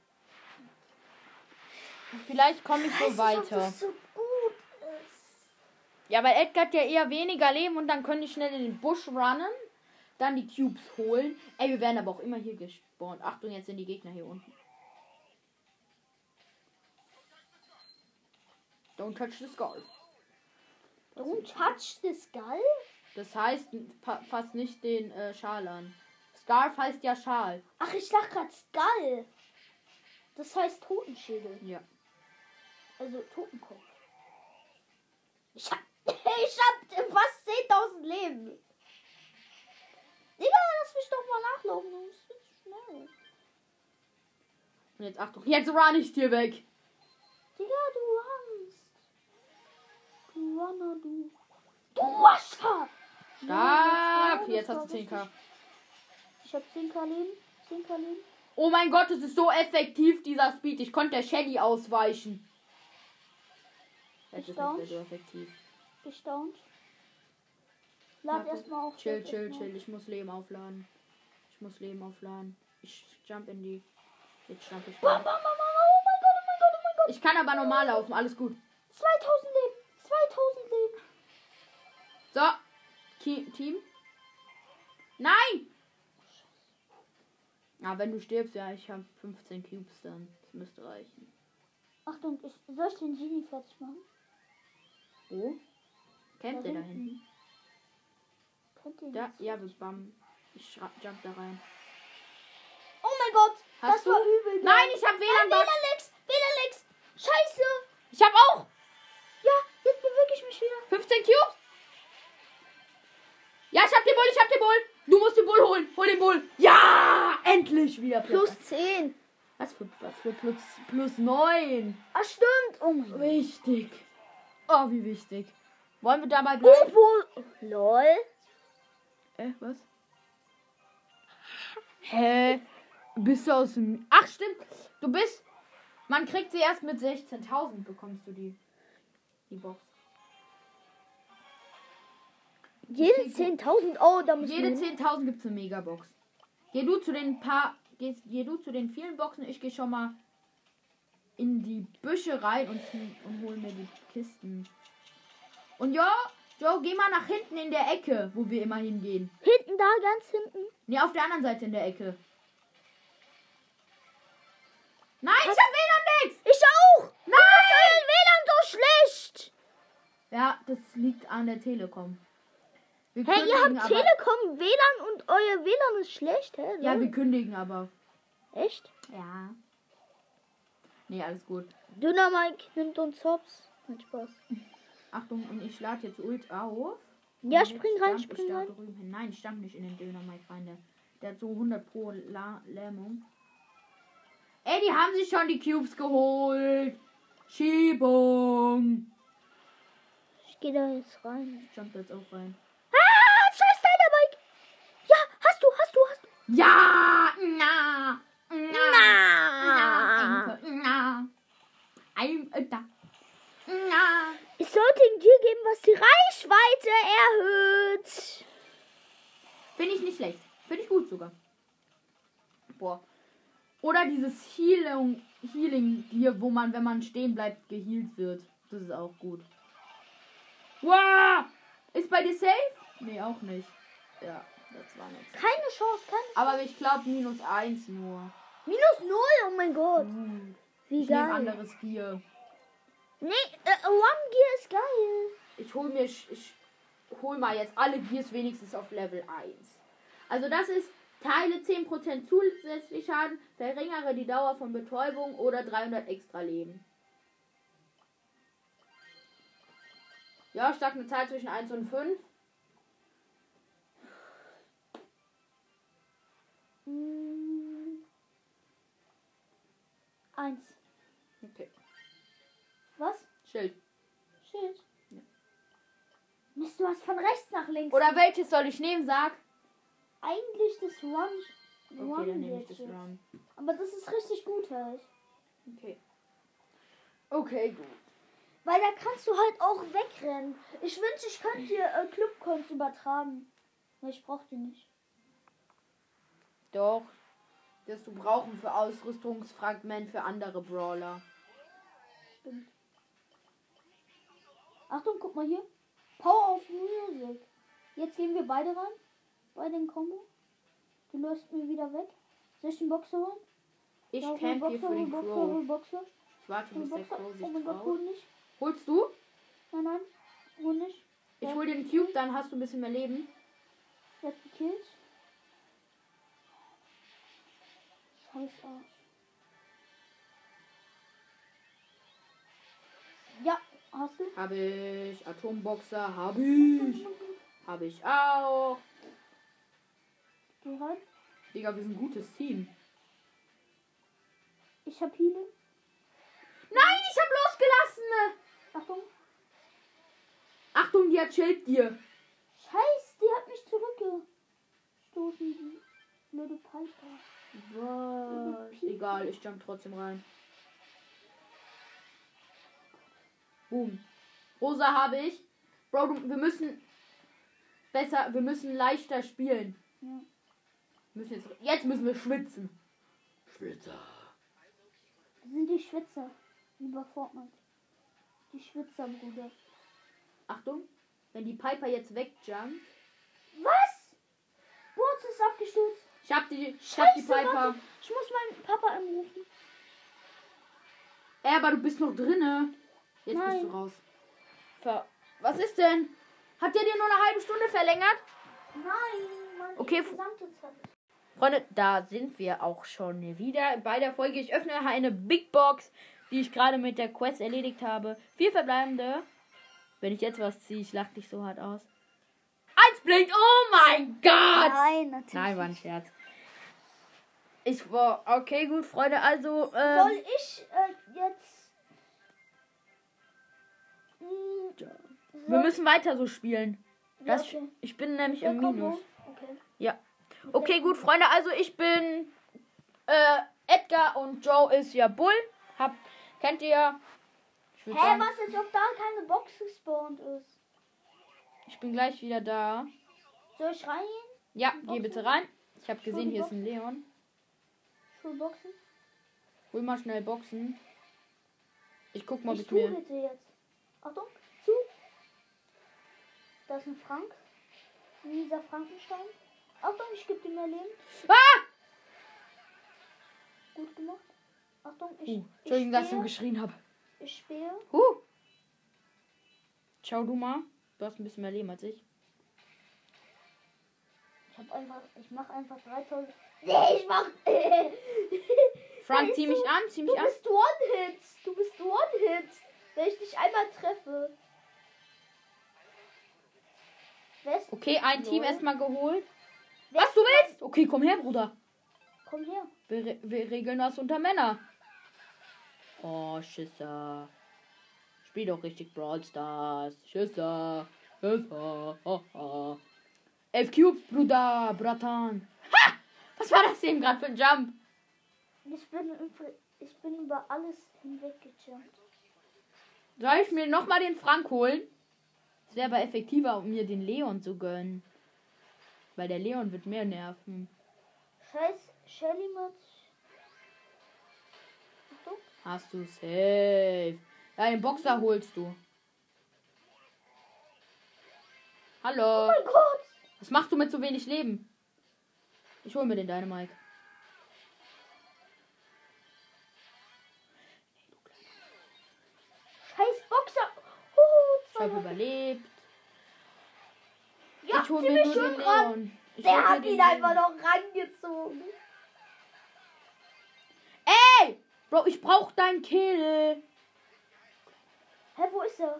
Speaker 1: Vielleicht komme ich so weiter.
Speaker 2: so gut ist.
Speaker 1: Ja, weil Edgar hat ja eher weniger Leben und dann können die schnell in den Busch runnen, dann die Cubes holen. Ey, wir werden aber auch immer hier gespawnt. Achtung, jetzt sind die Gegner hier unten. Don't touch the skull.
Speaker 2: Don't touch this guy.
Speaker 1: Das heißt, pa- fass nicht den äh, Schal an. Scarf heißt ja Schal.
Speaker 2: Ach, ich lach grad Skull. Das heißt Totenschädel.
Speaker 1: Ja.
Speaker 2: Also Totenkopf. Ich hab, ich hab fast 10.000 Leben. Digga, lass mich doch mal nachlaufen. Das ist schnell.
Speaker 1: Und jetzt Achtung, jetzt run ich dir weg.
Speaker 2: Digga, du Angst. Du Runner, du. Du Wasser!
Speaker 1: Stark. Jetzt hast du 10k.
Speaker 2: Ich hab 10k Leben. 10k Leben.
Speaker 1: Oh mein Gott, es ist so effektiv, dieser Speed. Ich konnte der Shelly ausweichen. Jetzt ist nicht mehr so effektiv.
Speaker 2: Gestaunt. Lad
Speaker 1: Warte.
Speaker 2: erstmal auf.
Speaker 1: Chill,
Speaker 2: lad
Speaker 1: chill,
Speaker 2: erst mal
Speaker 1: chill. Ich muss Leben aufladen. Ich muss Leben aufladen. Ich jump in die. Jetzt jump ich.
Speaker 2: auf. Bam, bam, bam, bam. Oh mein Gott, oh mein Gott, oh mein Gott.
Speaker 1: Ich kann aber normal laufen. Alles gut.
Speaker 2: 2000 Leben. 2000 Leben.
Speaker 1: So. Ki- Team. Nein!
Speaker 2: Oh,
Speaker 1: Ah, wenn du stirbst, ja, ich habe 15 Cubes dann. Das müsste reichen.
Speaker 2: Achtung, ich, soll ich den Genie fertig machen?
Speaker 1: Wo? Campt
Speaker 2: Da
Speaker 1: ihr da
Speaker 2: hinten.
Speaker 1: hinten?
Speaker 2: Könnt ihr
Speaker 1: Da,
Speaker 2: nicht.
Speaker 1: ja, wir bam. Ich schra- jump da rein.
Speaker 2: Oh mein Gott,
Speaker 1: Hast
Speaker 2: das
Speaker 1: du?
Speaker 2: war übel.
Speaker 1: Nein, ich habe
Speaker 2: Nein,
Speaker 1: WLAN.
Speaker 2: WLAN
Speaker 1: -Bot.
Speaker 2: Lex, WLAN Lex. Scheiße.
Speaker 1: Ich habe auch
Speaker 2: Ja, jetzt bewege ich mich wieder.
Speaker 1: 15 Cubes. Ja, ich hab den Bull, ich hab den Bull. Du musst den Bull holen. Hol den Bull. Ja, endlich wieder. Plus.
Speaker 2: 10.
Speaker 1: Was für, was für plus, plus 9.
Speaker 2: Ah, stimmt. Oh mein Gott.
Speaker 1: Wichtig. Oh, wie wichtig. Wollen wir dabei bleiben?
Speaker 2: Obwohl. Lol.
Speaker 1: Äh, was? Hä? Bist du aus dem... Ach, stimmt. Du bist... Man kriegt sie erst mit 16.000 bekommst du die. Die Box.
Speaker 2: Jede 10.000. Oh, da muss
Speaker 1: Jede
Speaker 2: man-
Speaker 1: 10.000 gibt es eine Megabox. Geh du zu den paar, geh, geh du zu den vielen Boxen. Ich gehe schon mal in die Büsche rein und, und hol mir die Kisten. Und ja, Joe, geh mal nach hinten in der Ecke, wo wir immer hingehen.
Speaker 2: Hinten da, ganz hinten.
Speaker 1: Ne, auf der anderen Seite in der Ecke. Nein, ich hab WLAN nix!
Speaker 2: Ich auch. Nein. WLAN so schlecht.
Speaker 1: Ja, das liegt an der Telekom. Wir
Speaker 2: Hey, ihr
Speaker 1: kündigen
Speaker 2: habt
Speaker 1: aber-
Speaker 2: Telekom, WLAN und euer WLAN ist schlecht. Hä?
Speaker 1: Ja, wir
Speaker 2: Lol.
Speaker 1: kündigen aber.
Speaker 2: Echt?
Speaker 1: Ja. Nee, alles gut.
Speaker 2: Dynamite nimmt uns hops. Nein, Spaß.
Speaker 1: Achtung, und ich lade jetzt Ult auf.
Speaker 2: Ja,
Speaker 1: Und jetzt
Speaker 2: spring rein,
Speaker 1: jump ich
Speaker 2: spring
Speaker 1: da
Speaker 2: rein.
Speaker 1: drüben hin. Nein, ich stamm nicht in den Döner, Mike, rein. Der, der hat so 100 pro La Lähmung. Ey, die haben sich schon die Cubes geholt. Schiebung.
Speaker 2: Ich gehe da jetzt rein.
Speaker 1: Ich jump jetzt auch rein.
Speaker 2: Ah, scheiß Dynamite. Ja, hast du, hast du, hast du.
Speaker 1: Ja, na. Na. Na. Ein Ötter. Na.
Speaker 2: Es sollte ein Tier geben, was die Reichweite erhöht.
Speaker 1: Finde ich nicht schlecht. Finde ich gut sogar. Boah. Oder dieses Healing, Healing hier, wo man, wenn man stehen bleibt, geheilt wird. Das ist auch gut. Wow! Ist bei dir safe? Nee, auch nicht. Ja, das war nichts.
Speaker 2: Keine Chance, keine.
Speaker 1: Aber ich glaube minus 1 nur.
Speaker 2: Minus null, oh mein Gott.
Speaker 1: Hm,
Speaker 2: Wie
Speaker 1: Ich nehme
Speaker 2: geil.
Speaker 1: anderes Bier.
Speaker 2: Nee, äh, One Gear ist geil.
Speaker 1: Ich hol mir ich, ich hol mal jetzt alle Gears wenigstens auf Level 1. Also das ist teile 10% zusätzlich Schaden, verringere die Dauer von Betäubung oder 300 extra Leben. Ja, ich sag eine Zahl zwischen 1 und 5.
Speaker 2: Hm. Eins.
Speaker 1: Okay.
Speaker 2: Was?
Speaker 1: Schild.
Speaker 2: Schild. Mist, du hast von rechts nach links.
Speaker 1: Oder welches soll ich nehmen, sag?
Speaker 2: eigentlich das One.
Speaker 1: Okay, dann nehme ich das
Speaker 2: Gear.
Speaker 1: Round.
Speaker 2: Aber das ist richtig gut halt.
Speaker 1: Okay. Okay, gut.
Speaker 2: Weil da kannst du halt auch wegrennen. Ich wünschte, ich könnte dir äh, Clubcoins übertragen. Ne, ich brauch die nicht.
Speaker 1: Doch. Das du brauchen für Ausrüstungsfragment für andere Brawler.
Speaker 2: Stimmt. Achtung, guck mal hier. Power of Music. Jetzt gehen wir beide ran. Bei den Combo. Du läufst mir wieder weg. Soll ich den Boxer holen?
Speaker 1: Ich
Speaker 2: Ja, hol
Speaker 1: camp hier
Speaker 2: Boxer,
Speaker 1: für
Speaker 2: hol
Speaker 1: den
Speaker 2: Boxer,
Speaker 1: Crow.
Speaker 2: hol Boxer,
Speaker 1: Ich warte,
Speaker 2: hol
Speaker 1: bis der
Speaker 2: Boxer.
Speaker 1: Crow
Speaker 2: Oh mein
Speaker 1: sich
Speaker 2: Gott,
Speaker 1: traut.
Speaker 2: hol nicht.
Speaker 1: Holst du?
Speaker 2: Nein, nein. Hol nicht.
Speaker 1: Ich
Speaker 2: Ja.
Speaker 1: hol den Cube, dann hast du ein bisschen mehr Leben.
Speaker 2: Wer hat gekillt? Scheiß Arsch. Ja, hast du?
Speaker 1: Hab ich. Atomboxer hab ich. Hab ich auch.
Speaker 2: Du rein.
Speaker 1: Digga, wir sind ein gutes Team.
Speaker 2: Ich hab Healing.
Speaker 1: Nein, ich hab losgelassen.
Speaker 2: Achtung.
Speaker 1: Achtung, die hat Schild dir.
Speaker 2: Scheiß, die hat mich zurückgestoßen. Die blöde Piper.
Speaker 1: Was? Egal, ich jump trotzdem rein. Boom. Rosa habe ich. Bro, du, wir müssen besser, wir müssen leichter spielen.
Speaker 2: Ja.
Speaker 1: Wir Müssen jetzt, jetzt müssen wir schwitzen. Schwitzer.
Speaker 2: Das sind die Schwitzer. Lieber Fortnite. Die Schwitzer, Bruder.
Speaker 1: Achtung, wenn die Piper jetzt wegjumpt.
Speaker 2: Was? Boots ist abgestürzt.
Speaker 1: Ich hab die, ich hab die
Speaker 2: Scheiße,
Speaker 1: Piper.
Speaker 2: warte. Ich muss meinen Papa anrufen.
Speaker 1: Ey, aber du bist noch drinne. Jetzt bist
Speaker 2: Nein.
Speaker 1: du raus. Ver Was ist denn? Habt ihr dir nur eine halbe Stunde verlängert?
Speaker 2: Nein, Mann.
Speaker 1: Okay,
Speaker 2: die gesamte Zeit.
Speaker 1: Freunde, da sind wir auch schon wieder bei der Folge. Ich öffne eine Big Box, die ich gerade mit der Quest erledigt habe. Vier verbleibende. Wenn ich jetzt was ziehe, ich lach dich so hart aus. Eins blinkt. Oh mein Gott!
Speaker 2: Nein, natürlich.
Speaker 1: Nein, war ein Scherz. Ich war. Okay, gut, Freunde. Also, ähm,
Speaker 2: Soll ich äh, jetzt. Hm,
Speaker 1: Ja.
Speaker 2: soll-
Speaker 1: wir müssen weiter so spielen. Das,
Speaker 2: Ja, okay.
Speaker 1: Ich bin nämlich
Speaker 2: Ja,
Speaker 1: im
Speaker 2: komm,
Speaker 1: Minus.
Speaker 2: komm. Okay.
Speaker 1: Ja. Okay, gut, Freunde. Also ich bin äh, Edgar und Joe ist ja Bull. Hab, kennt ihr ja. Ich
Speaker 2: Hä,
Speaker 1: würde sagen,
Speaker 2: was jetzt, ob da keine Box gespawnt ist?
Speaker 1: ich bin gleich wieder da.
Speaker 2: Soll ich reingehen?
Speaker 1: Ja, geh bitte rein. Ich habe gesehen, hier ist
Speaker 2: Boxen.
Speaker 1: ein Leon.
Speaker 2: Ich will Boxen.
Speaker 1: Hol mal schnell Boxen. Ich guck mal, ob
Speaker 2: ich
Speaker 1: ich
Speaker 2: tue
Speaker 1: mir.
Speaker 2: bitte jetzt. Achtung, zu. Da ist ein Frank. Dieser Frankenstein. Achtung, ich gebe dir mehr Leben.
Speaker 1: Ah!
Speaker 2: Gut gemacht. Achtung, ich.
Speaker 1: Uh,
Speaker 2: ich
Speaker 1: Entschuldigung, dass ich so
Speaker 2: spähe.
Speaker 1: geschrien habe.
Speaker 2: Ich spähe.
Speaker 1: Huh. Ciao, du mal. Du hast ein bisschen mehr Leben als ich.
Speaker 2: Ich hab einfach. Ich mach einfach 3000. Nee, ich mach. Weißt
Speaker 1: Frank, zieh
Speaker 2: du,
Speaker 1: mich an, zieh
Speaker 2: Du
Speaker 1: mich an.
Speaker 2: bist One-Hit. Du bist One-Hit. Wenn ich dich einmal treffe. Wer ist-
Speaker 1: Okay, ein Team
Speaker 2: Lol.
Speaker 1: erstmal geholt.
Speaker 2: wer
Speaker 1: Was
Speaker 2: ist-
Speaker 1: du willst? Okay, komm her, Bruder.
Speaker 2: Komm her.
Speaker 1: Wir, re- wir regeln das unter Männer. Oh, Schisser. Spiel doch richtig Brawl Stars. Schisser. Schisser. Ha, ha. Elf Cubes, Bruder, Bratan. Ha! Was war das eben gerade für ein Jump?
Speaker 2: Ich bin, über- ich bin über alles hinweggejumpt.
Speaker 1: Soll ich mir nochmal den Frank holen? Es wäre aber effektiver, um mir den Leon zu gönnen. Weil der Leon wird mehr nerven.
Speaker 2: Scheiß Shelly Oh mit. Achtung.
Speaker 1: Hast du safe. Ja, den Boxer holst du.
Speaker 2: Oh
Speaker 1: Hallo.
Speaker 2: mein Gott!
Speaker 1: Was machst du mit so wenig Leben? Ich hol mir den Dynamite.
Speaker 2: Scheiß Boxer! Huhu,
Speaker 1: Ich habe
Speaker 2: zwei
Speaker 1: überlebt.
Speaker 2: Ja,
Speaker 1: ich hol mir
Speaker 2: ziemlich
Speaker 1: nur
Speaker 2: schön
Speaker 1: den
Speaker 2: dran.
Speaker 1: Leon. Ich hol
Speaker 2: Der
Speaker 1: mir
Speaker 2: hat
Speaker 1: den
Speaker 2: ihn einfach
Speaker 1: Leon.
Speaker 2: noch rangezogen.
Speaker 1: Ey! Bro, ich brauch deinen Kill.
Speaker 2: Hä, wo ist er?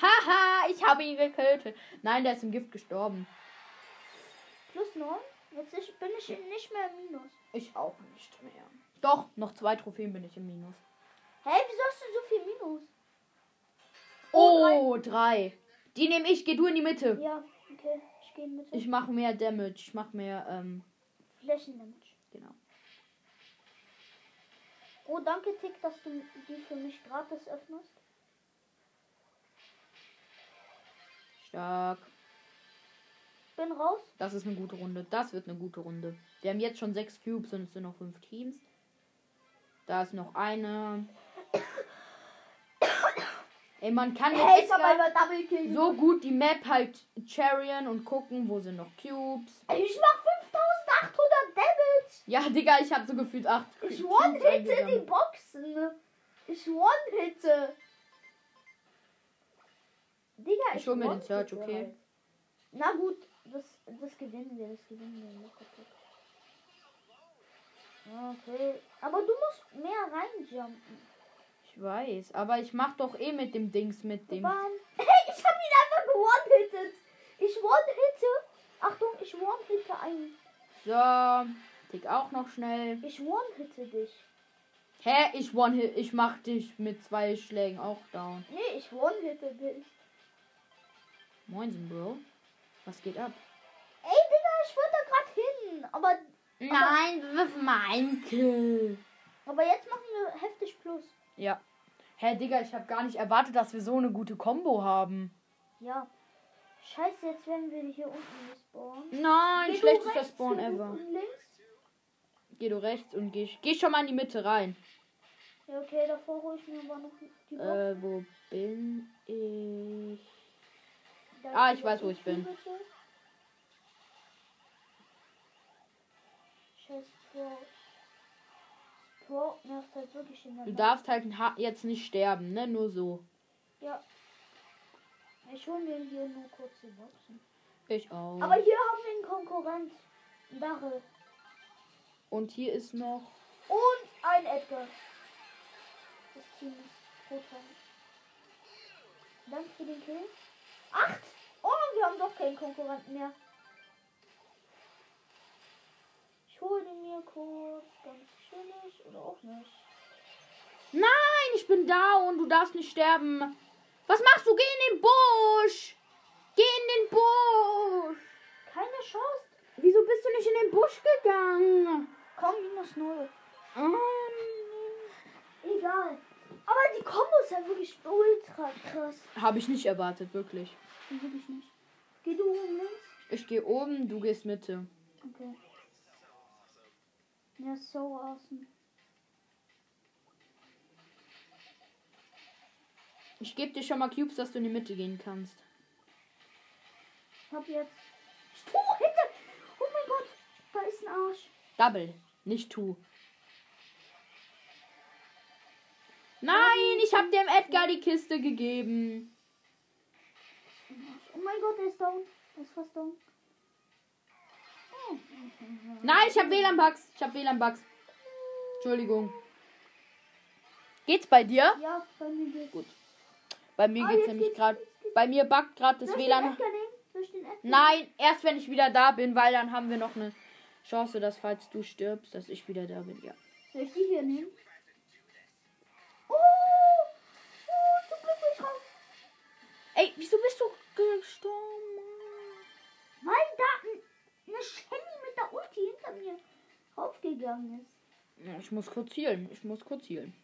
Speaker 1: Haha, ich habe ihn getötet. Nein, der ist im Gift gestorben.
Speaker 2: Plus 9? Jetzt ist, bin ich nicht mehr im Minus.
Speaker 1: Ich auch nicht mehr. Doch, noch zwei Trophäen bin ich im Minus.
Speaker 2: Hä, wieso hast du so viel Minus?
Speaker 1: Oh, drei. Die nehme ich, geh du in die Mitte.
Speaker 2: Ja, okay. Ich gehe mit.
Speaker 1: Ich mache mehr Damage, ich mache mehr, ähm,
Speaker 2: Flächendamage.
Speaker 1: genau.
Speaker 2: Oh, danke, Tick, dass du die für mich gratis öffnest.
Speaker 1: Stark.
Speaker 2: Bin raus.
Speaker 1: Das ist eine gute Runde. Das wird eine gute Runde. Wir haben jetzt schon sechs Cubes und es sind noch fünf Teams. Da ist noch eine. Ey, man kann
Speaker 2: Hey,
Speaker 1: jetzt
Speaker 2: ich hab
Speaker 1: Edgar
Speaker 2: einmal Double Kill.
Speaker 1: so gut die Map halt charian und gucken, wo sind noch Cubes.
Speaker 2: Ey, Ich mach 5800 Damage.
Speaker 1: Ja, Digga, ich habe so gefühlt acht.
Speaker 2: Ich
Speaker 1: Cubes
Speaker 2: one-hitte
Speaker 1: eingesammelt.
Speaker 2: die Boxen. Ich one-hitte. Digga,
Speaker 1: Ich hol mir den
Speaker 2: one-hitte
Speaker 1: Search, okay.
Speaker 2: halt. Na gut, das, das gewinnen wir, das gewinnen wir. Locker, locker. Ja, Okay, aber du musst mehr reinjumpen.
Speaker 1: Ich weiß, aber ich mach doch eh mit dem Dings mit dem.
Speaker 2: Bam. Hey, ich hab ihn einfach gewone-hitted. Ich one-hitte. Achtung, ich one-hitte einen.
Speaker 1: So, tick auch noch schnell.
Speaker 2: Ich one-hitte dich.
Speaker 1: Hä, ich one hit, ich mach dich mit zwei Schlägen auch down.
Speaker 2: Nee, ich one-hitte dich.
Speaker 1: Moinsen, Bro. Was geht ab?
Speaker 2: Ey, Digga, ich wollte da gerade hin. Aber,
Speaker 1: Nein, das ist mein Kill.
Speaker 2: aber jetzt machen wir heftig Plus.
Speaker 1: Ja. Hä, Digga, ich habe gar nicht erwartet, dass wir so eine gute Combo haben.
Speaker 2: Ja. Scheiße, jetzt werden wir hier unten gespawnt.
Speaker 1: Nein,
Speaker 2: Geh du
Speaker 1: schlechtester
Speaker 2: rechts
Speaker 1: Spawn
Speaker 2: und
Speaker 1: ever.
Speaker 2: unten links?
Speaker 1: Geh du rechts und geh, geh schon mal in die Mitte rein.
Speaker 2: Ja, okay, davor hol ich mir aber noch die Box.
Speaker 1: Äh, wo bin ich?
Speaker 2: Da
Speaker 1: ah,
Speaker 2: ist
Speaker 1: ich
Speaker 2: die
Speaker 1: weiß, wo ich
Speaker 2: Box.
Speaker 1: bin.
Speaker 2: Bitte. Scheiß Pro. Pro nervt halt wirklich in der
Speaker 1: Du
Speaker 2: Box.
Speaker 1: darfst halt ha- jetzt nicht sterben, ne? Nur so.
Speaker 2: Ja. Ich hol mir hier nur kurze Boxen.
Speaker 1: Ich auch.
Speaker 2: Aber hier haben wir einen Konkurrent. Einen Darrell.
Speaker 1: Und hier ist noch.
Speaker 2: Und ein Edgar. Das Team ist total. Danke für den Kill. Acht! Oh, wir haben doch keinen Konkurrenten mehr. Ich hole den mir kurz, ganz chillig oder auch nicht.
Speaker 1: Nein, ich bin da und du darfst nicht sterben. Was machst du? Geh in den Busch! Geh in den Busch!
Speaker 2: Keine Chance.
Speaker 1: Wieso bist du nicht in den Busch gegangen?
Speaker 2: Komm, minus null.
Speaker 1: Ähm,
Speaker 2: Egal. Aber die Kombo ist ja wirklich ultra krass.
Speaker 1: Habe ich nicht erwartet, wirklich.
Speaker 2: Wirklich nicht. Geh du oben links?
Speaker 1: Ich gehe oben, du gehst Mitte.
Speaker 2: Okay. Ja, so awesome.
Speaker 1: Ich gebe dir schon mal Cubes, dass du in die Mitte gehen kannst.
Speaker 2: Ich hab jetzt. Oh, hinter! Oh mein Gott! Da ist ein Arsch.
Speaker 1: Double, nicht tu. Nein, ich habe dem Edgar die Kiste gegeben.
Speaker 2: Ein Arsch. Oh mein Gott, der ist down. Der ist fast down. Oh.
Speaker 1: Nein, ich habe WLAN-Bugs. Ich habe WLAN-Bugs. Entschuldigung. Geht's bei dir?
Speaker 2: Ja, bei mir geht's.
Speaker 1: Gut. Bei mir
Speaker 2: Ah,
Speaker 1: geht's
Speaker 2: jetzt
Speaker 1: nämlich
Speaker 2: geht's,
Speaker 1: gerade.
Speaker 2: jetzt geht's.
Speaker 1: Bei mir backt gerade das
Speaker 2: Soll ich den
Speaker 1: WLAN.
Speaker 2: Edgar nehmen? Soll ich den Edgar
Speaker 1: Nein, erst wenn ich wieder da bin, weil dann haben wir noch eine Chance, dass falls du stirbst, dass ich wieder da bin. Ja.
Speaker 2: Soll ich die hier nehmen? Oh! Oh, zum Glück bin ich raus.
Speaker 1: Ey, wieso bist du gestorben?
Speaker 2: Weil da ein- eine Shelly mit der Ulti hinter mir raufgegangen ist.
Speaker 1: Ich muss kurz healen. Ich muss kurz healen.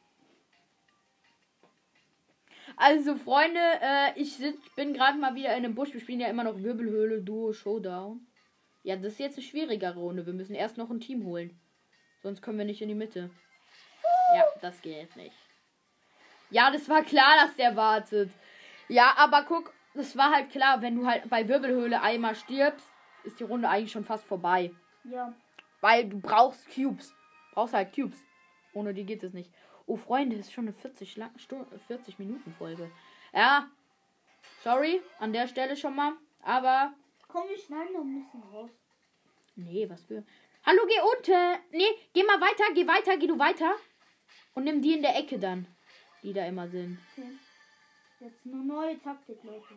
Speaker 1: Also, Freunde, äh, ich sitz, bin gerade mal wieder in einem Busch. Wir spielen ja immer noch Wirbelhöhle, Duo, Showdown. Ja, das ist jetzt eine schwierigere Runde. Wir müssen erst noch ein Team holen. Sonst kommen wir nicht in die Mitte. Ja, das geht nicht. Ja, das war klar, dass der wartet. Ja, aber guck, das war halt klar, wenn du halt bei Wirbelhöhle einmal stirbst, ist die Runde eigentlich schon fast vorbei.
Speaker 2: Ja.
Speaker 1: Weil du brauchst Cubes. Brauchst halt Cubes. Ohne die geht es nicht. Oh, Freunde, ist schon eine 40, lang, Stu- 40 Minuten Folge. Ja. Sorry, an der Stelle schon mal. Aber.
Speaker 2: Komm, wir schneiden noch ein bisschen raus.
Speaker 1: Nee, was für. Hallo, geh unten. Nee, geh mal weiter, geh weiter, geh du weiter. Und nimm die in der Ecke dann. Die da immer sind.
Speaker 2: Okay. Jetzt eine neue Taktik, Leute.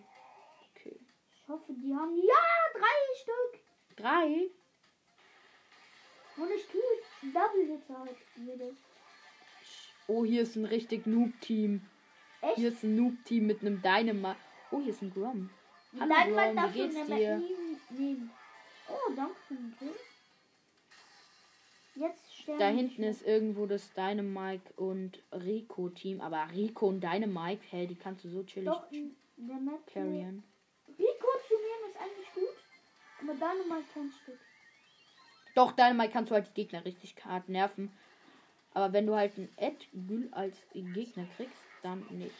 Speaker 1: Okay.
Speaker 2: Ich hoffe, die haben. Ja, drei Stück!
Speaker 1: Drei.
Speaker 2: Und ich tue Double Hits halt. Jede.
Speaker 1: Oh, hier ist ein richtig Noob-Team.
Speaker 2: Echt?
Speaker 1: Hier ist ein Noob-Team mit einem Dynamite. Oh, hier ist ein Grom.
Speaker 2: Die
Speaker 1: Hallo, Grom, wie
Speaker 2: Leinwand darf ich
Speaker 1: geht's
Speaker 2: nicht
Speaker 1: dir?
Speaker 2: mehr nie nehmen. Oh, danke für den Grill. Jetzt sterben
Speaker 1: Da
Speaker 2: die
Speaker 1: hinten
Speaker 2: Schnecken.
Speaker 1: ist irgendwo das Dynamite und Rico Team, aber Rico und Dynamite, hey, die kannst du so chillig
Speaker 2: Doch, in der Map. hier-
Speaker 1: carryen.
Speaker 2: Rico zu nehmen ist eigentlich gut, aber da nochmal kein Stück.
Speaker 1: Doch, Dynamite kannst du halt die Gegner richtig hart nerven. Aber wenn du halt einen Edgül als Gegner kriegst, dann nicht.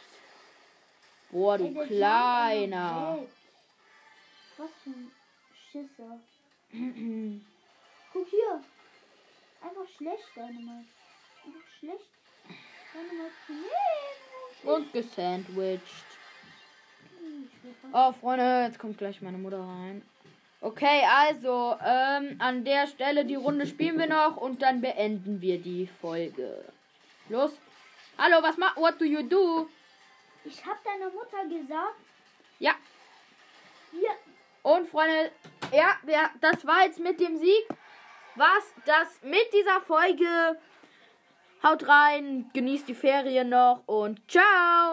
Speaker 1: Boah, Oh, du
Speaker 2: Ey, der Jump
Speaker 1: kleiner.
Speaker 2: einfach weg. Was für ein Schisser.
Speaker 1: Ey,
Speaker 2: Guck hier. Einfach schlecht, Dynamite. Einfach schlecht. Dynamite zu nehmen.
Speaker 1: Und gesandwiched.
Speaker 2: Ich will fast-
Speaker 1: Oh, Freunde, jetzt kommt gleich meine Mutter rein. Okay, also, ähm, an der Stelle die Runde spielen wir noch und dann beenden wir die Folge. Los. Hallo, was ma What do you do?
Speaker 2: Ich hab deiner Mutter gesagt,
Speaker 1: Ja,
Speaker 2: hier,
Speaker 1: und Freunde, ja, ja, das war jetzt mit dem Sieg. Was das mit dieser Folge. Haut rein, genießt die Ferien noch und ciao.